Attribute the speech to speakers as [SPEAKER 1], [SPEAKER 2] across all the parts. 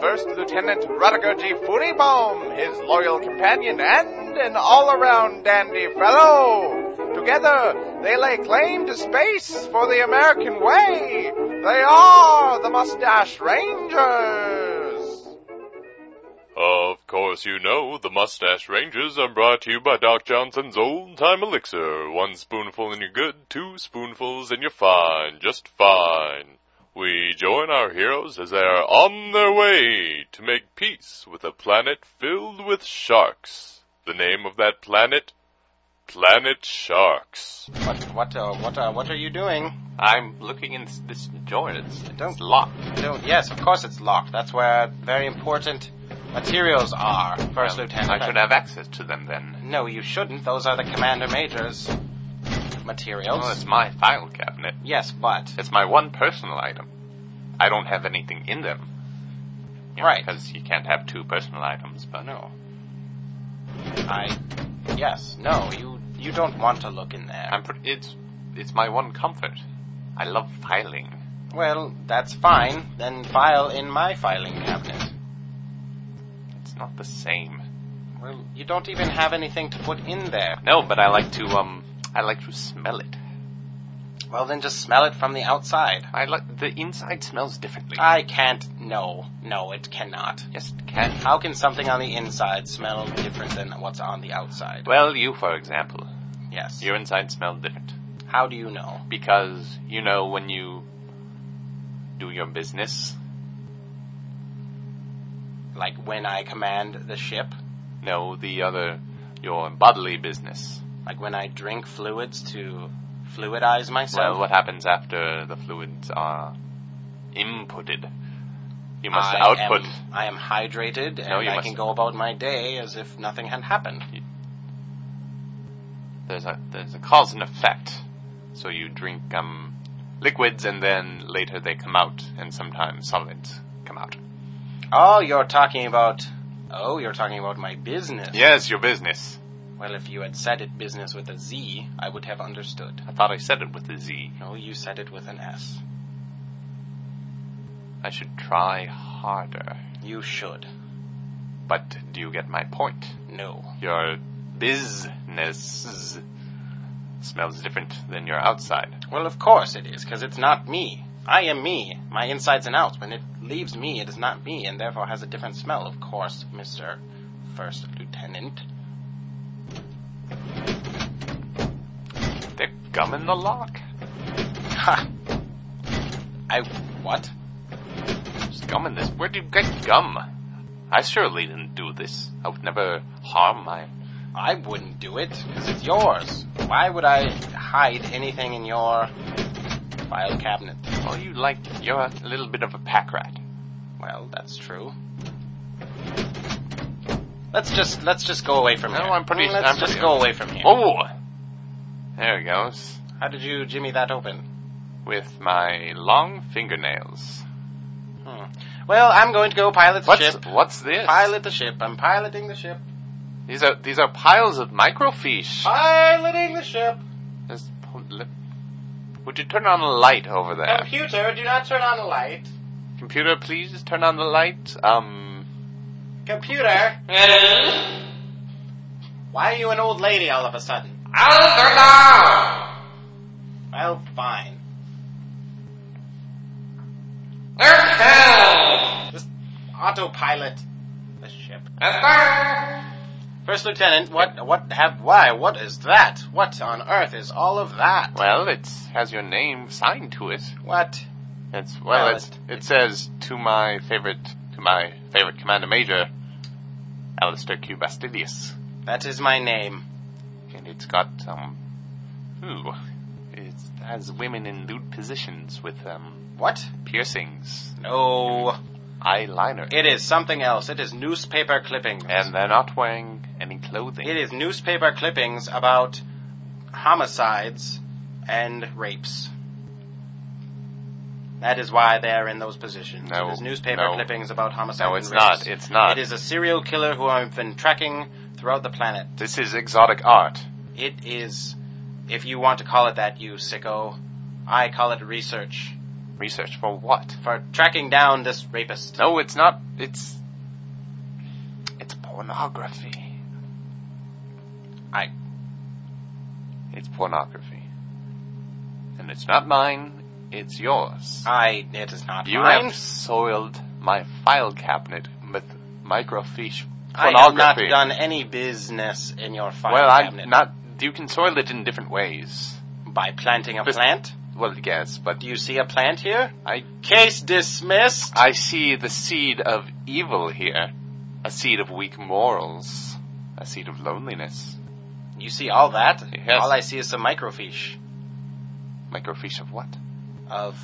[SPEAKER 1] First Lieutenant Rutger G. Funibaum, his loyal companion and an all-around dandy fellow. Together, they lay claim to space for the American way. They are the Mustache Rangers.
[SPEAKER 2] Of course, you know the Mustache Rangers are brought to you by Doc Johnson's Old Time Elixir. One spoonful and you're good, two spoonfuls and you're fine, just fine. We join our heroes as they are on their way to make peace with a planet filled with sharks. The name of that planet Planet Sharks.
[SPEAKER 3] What what uh, what uh, what are you doing?
[SPEAKER 4] I'm looking in s- this door. It's, it's
[SPEAKER 3] Don't-
[SPEAKER 4] locked.
[SPEAKER 3] Don't, yes, of course it's locked. That's where very important materials are, First
[SPEAKER 4] Well,
[SPEAKER 3] Lieutenant.
[SPEAKER 4] Um, I should have access to them then.
[SPEAKER 3] No, you shouldn't. Those are the Commander Major's materials.
[SPEAKER 1] Oh,
[SPEAKER 4] Well, Oh, it's my file cabinet.
[SPEAKER 3] yes, but
[SPEAKER 4] It's my one personal item. I don't have anything in them.
[SPEAKER 3] Right.
[SPEAKER 4] Because you can't have two personal items, but.
[SPEAKER 3] no. I yes, no, you you don't want to look in there.
[SPEAKER 4] I'm pr- it's, it's my one comfort. I love filing.
[SPEAKER 3] well, that's fine. Then file in my filing cabinet.
[SPEAKER 4] It's not the same.
[SPEAKER 3] Well, you don't even have anything to put in there.
[SPEAKER 4] No, but I like to, um, I like to smell it.
[SPEAKER 3] Well, then just smell it from the outside.
[SPEAKER 4] I like, the inside smells differently.
[SPEAKER 3] I can't. No, no, it cannot.
[SPEAKER 4] yes, it can.
[SPEAKER 3] How can something on the inside smell different than what's on the outside?
[SPEAKER 4] Well, you, for example.
[SPEAKER 3] Yes.
[SPEAKER 4] Your inside smelled different.
[SPEAKER 3] How do you know?
[SPEAKER 4] Because, you know, when you do your business,
[SPEAKER 3] Like when I command the ship,
[SPEAKER 4] no, the other, your bodily business.
[SPEAKER 3] like when I drink fluids to fluidize myself.
[SPEAKER 4] well, what happens after the fluids are inputted? You must
[SPEAKER 3] I
[SPEAKER 4] output.
[SPEAKER 3] Am, I am hydrated and
[SPEAKER 4] No, you
[SPEAKER 3] I
[SPEAKER 4] must-
[SPEAKER 3] can go about my day as if nothing had happened.
[SPEAKER 4] There's a there's a cause and effect. So you drink um liquids and then later they come out, and sometimes solids come out.
[SPEAKER 3] Oh, you're talking about. Oh, you're talking about my business.
[SPEAKER 4] Yes, your business.
[SPEAKER 3] Well, if you had said it business with a Z, I would have understood.
[SPEAKER 4] I thought I said it with a Z.
[SPEAKER 3] No, you said it with an S.
[SPEAKER 4] I should try harder.
[SPEAKER 3] You should.
[SPEAKER 4] But do you get my point?
[SPEAKER 3] No.
[SPEAKER 4] Your business smells different than your outside.
[SPEAKER 3] Well, of course it is, because it's not me. I am me, my insides and outs. When it leaves me, it is not me, and therefore has a different smell, of course, Mr. First Lieutenant.
[SPEAKER 4] They're gum in the lock.
[SPEAKER 3] Ha! I. what?
[SPEAKER 4] There's gum in this. Where do you get gum? I surely didn't do this. I would never harm my.
[SPEAKER 3] I wouldn't do it, because it's yours. Why would I hide anything in your file cabinet?
[SPEAKER 4] Well, oh, you like. You're a little bit of a pack rat.
[SPEAKER 3] Well, that's true. Let's just let's just go away from
[SPEAKER 4] No,
[SPEAKER 3] here.
[SPEAKER 4] I'm pretty-
[SPEAKER 3] Let's
[SPEAKER 4] I'm
[SPEAKER 3] just
[SPEAKER 4] pretty-
[SPEAKER 3] go away from here.
[SPEAKER 4] Oh! There it goes.
[SPEAKER 3] How did you jimmy that open?
[SPEAKER 4] With my long fingernails.
[SPEAKER 3] Hmm. Well, I'm going to go pilot the
[SPEAKER 4] What's
[SPEAKER 3] ship.
[SPEAKER 4] what's this?
[SPEAKER 3] Pilot the ship. I'm piloting the ship.
[SPEAKER 4] These are these are piles of microfiche.
[SPEAKER 3] Ah. Piloting the ship.
[SPEAKER 4] There's- Would you turn on the light over there?
[SPEAKER 3] Computer, do not turn on the light.
[SPEAKER 4] Computer, please turn on the light. Um.
[SPEAKER 3] Computer,
[SPEAKER 4] Mm-hmm.
[SPEAKER 3] why are you an old lady all of a sudden? Well, fine. Just autopilot the ship. First lieutenant, what what have why? What is that? What on earth is all of that?
[SPEAKER 4] Well, it has your name signed to it.
[SPEAKER 3] What?
[SPEAKER 4] It's
[SPEAKER 3] Well,
[SPEAKER 4] well, it's, it says to my favorite, to my favorite commander major, Alistair Q. Bastidius,
[SPEAKER 3] That is my name.
[SPEAKER 4] and it's got um, ooh, it has women in lewd positions with um
[SPEAKER 3] What?
[SPEAKER 4] piercings,
[SPEAKER 3] No.
[SPEAKER 4] eyeliner,
[SPEAKER 3] It is something else. It is newspaper clippings.
[SPEAKER 4] and they're not wearing clothing.
[SPEAKER 3] It is newspaper clippings about homicides and rapes. That is why they're in those positions.
[SPEAKER 4] No,
[SPEAKER 3] it is newspaper
[SPEAKER 4] no.
[SPEAKER 3] clippings about homicides
[SPEAKER 4] No,
[SPEAKER 3] and
[SPEAKER 4] it's
[SPEAKER 3] rapes.
[SPEAKER 4] not. It's not.
[SPEAKER 3] It is a serial killer who I've been tracking throughout the planet.
[SPEAKER 4] This is exotic art.
[SPEAKER 3] It is, if you want to call it that, you sicko, I call it research
[SPEAKER 4] Research for what?
[SPEAKER 3] for tracking down this rapist.
[SPEAKER 4] No, it's not. It's. It's pornography.
[SPEAKER 3] I-
[SPEAKER 4] It's pornography. And it's not mine, it's yours.
[SPEAKER 3] I, it is not
[SPEAKER 4] you
[SPEAKER 3] mine.
[SPEAKER 4] have soiled my file cabinet with microfiche
[SPEAKER 3] I have not
[SPEAKER 4] pornography.
[SPEAKER 3] done any business in your file
[SPEAKER 4] well,
[SPEAKER 3] cabinet
[SPEAKER 4] I'm not. You can soil it in different ways.
[SPEAKER 3] by planting a
[SPEAKER 4] Just-
[SPEAKER 3] plant.
[SPEAKER 4] Well, yes, but
[SPEAKER 3] Do you see a plant here?
[SPEAKER 4] I
[SPEAKER 3] Case dismissed. Ah,
[SPEAKER 4] I see the seed of evil here, a seed of weak morals, a seed of loneliness.
[SPEAKER 3] You see all that?
[SPEAKER 4] Yes.
[SPEAKER 3] All I see is some microfiche
[SPEAKER 4] Microfiche of what?
[SPEAKER 3] of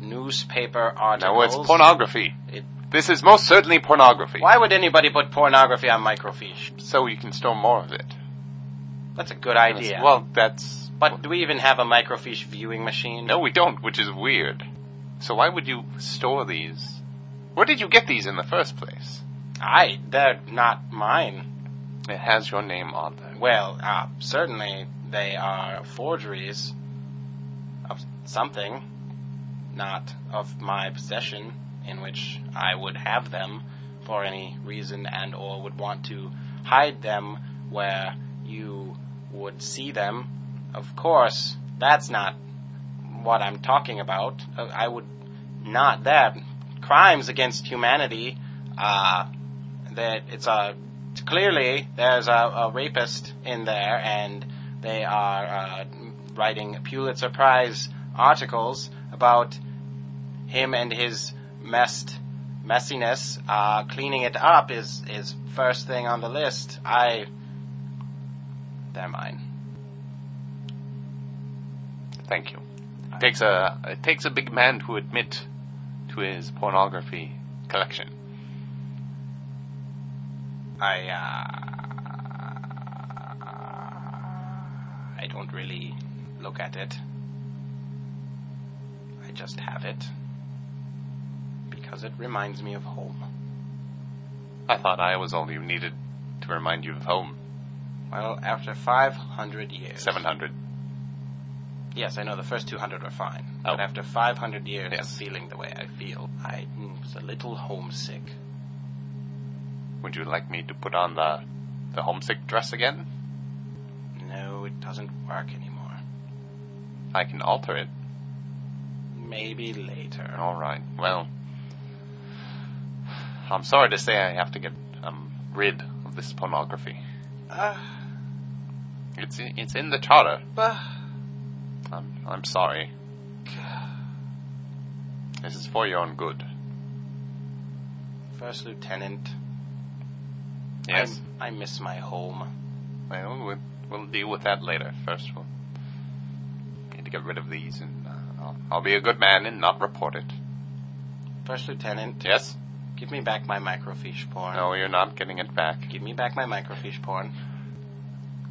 [SPEAKER 3] newspaper articles.
[SPEAKER 4] No, it's pornography.
[SPEAKER 3] It-
[SPEAKER 4] This is most certainly pornography.
[SPEAKER 3] Why would anybody put pornography on microfiche?
[SPEAKER 4] So you can store more of it.
[SPEAKER 3] That's a good idea.
[SPEAKER 4] Well, that's.
[SPEAKER 3] but do we even have a microfiche viewing machine?
[SPEAKER 4] no, we don't, which is weird. So why would you store these? Where did you get these in the first place?
[SPEAKER 3] I. They're not mine.
[SPEAKER 4] It has your name on them.
[SPEAKER 3] Well, uh, certainly they are forgeries of something, not of my possession, in which I would have them for any reason and or would want to hide them where you would see them. Of course, that's not what I'm talking about. Uh, I would not that crimes against humanity. Uh, that it's a clearly there's a, a rapist in there, and they are uh, writing Pulitzer Prize articles about him and his messed messiness. Uh, cleaning it up is is first thing on the list. I they're mine.
[SPEAKER 4] Thank you. It takes a it takes a big man to admit to his pornography collection.
[SPEAKER 3] I uh, I don't really look at it. I just have it because it reminds me of home.
[SPEAKER 4] I thought I was all you needed to remind you of home.
[SPEAKER 3] Well, after 500 years.
[SPEAKER 4] 700.
[SPEAKER 3] Yes, I know the first 200 were fine.
[SPEAKER 4] Oh.
[SPEAKER 3] But after 500 years
[SPEAKER 4] Yes.
[SPEAKER 3] of feeling the way I feel, I mm, was a little homesick.
[SPEAKER 4] Would you like me to put on the the homesick dress again?
[SPEAKER 3] No, it doesn't work anymore.
[SPEAKER 4] I can alter it.
[SPEAKER 3] Maybe later.
[SPEAKER 4] All right. Well, I'm sorry to say I have to get um, rid of this pornography.
[SPEAKER 3] Ah,
[SPEAKER 4] It's in, it's in the charter.
[SPEAKER 3] bah.
[SPEAKER 4] I'm I'm sorry. This is for your own good.
[SPEAKER 3] First Lieutenant.
[SPEAKER 4] Yes.
[SPEAKER 3] I, I miss my home.
[SPEAKER 4] Well, we'll, we'll deal with that later. First, we'll need to get rid of these, and uh, I'll, I'll be a good man and not report it.
[SPEAKER 3] First Lieutenant,
[SPEAKER 4] Yes?
[SPEAKER 3] give me back my microfiche porn.
[SPEAKER 4] No, you're not getting it back.
[SPEAKER 3] Give me back my microfiche porn.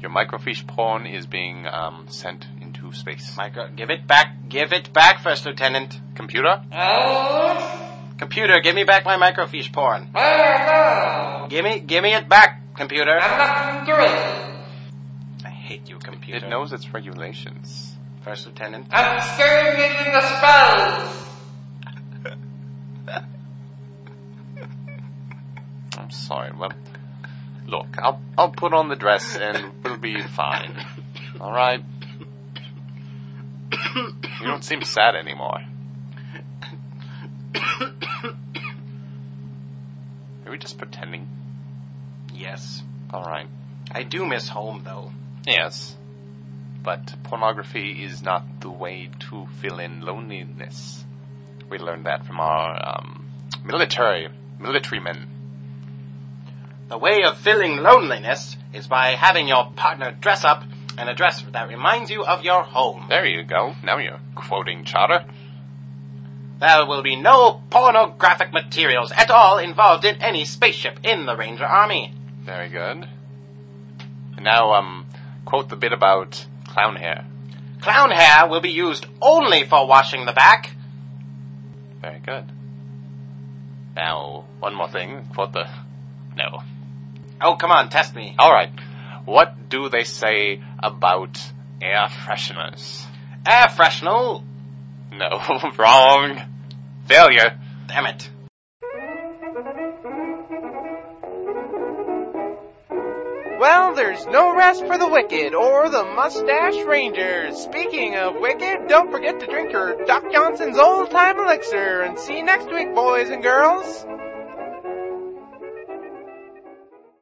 [SPEAKER 4] Your microfiche porn is being um, sent into space.
[SPEAKER 3] Micro, give it back. Give it back, First Lieutenant.
[SPEAKER 4] computer?
[SPEAKER 3] Computer, give me back my microfiche porn. Give me, give me it back, computer. I hate you, computer.
[SPEAKER 4] It knows its regulations.
[SPEAKER 3] First Lieutenant.
[SPEAKER 5] I'm scared using the spells.
[SPEAKER 4] I'm sorry. Well, look, I'll I'll put on the dress and we'll be fine. All right. You don't seem sad anymore. Are we just pretending?
[SPEAKER 3] yes.
[SPEAKER 4] All right.
[SPEAKER 3] I do miss home, though.
[SPEAKER 4] Yes. But pornography is not the way to fill in loneliness. We learned that from our um, military military men.
[SPEAKER 3] The way of filling loneliness is by having your partner dress up in a dress that reminds you of your home.
[SPEAKER 4] There you go. Now you're quoting charter.
[SPEAKER 3] There will be no pornographic materials at all involved in any spaceship in the Ranger Army.
[SPEAKER 4] Very good. Now, um, quote the bit about clown hair.
[SPEAKER 3] Clown hair will be used only for washing the back.
[SPEAKER 4] Very good. Now, one more thing. Quote the. No.
[SPEAKER 3] Oh, come on, test me.
[SPEAKER 4] Alright. What do they say about air fresheners?
[SPEAKER 3] Air freshener.
[SPEAKER 4] No, wrong. Failure.
[SPEAKER 3] Damn it.
[SPEAKER 1] Well, there's no rest for the wicked or the mustache rangers. Speaking of wicked, don't forget to drink your Doc Johnson's old time elixir and see you next week, boys and girls.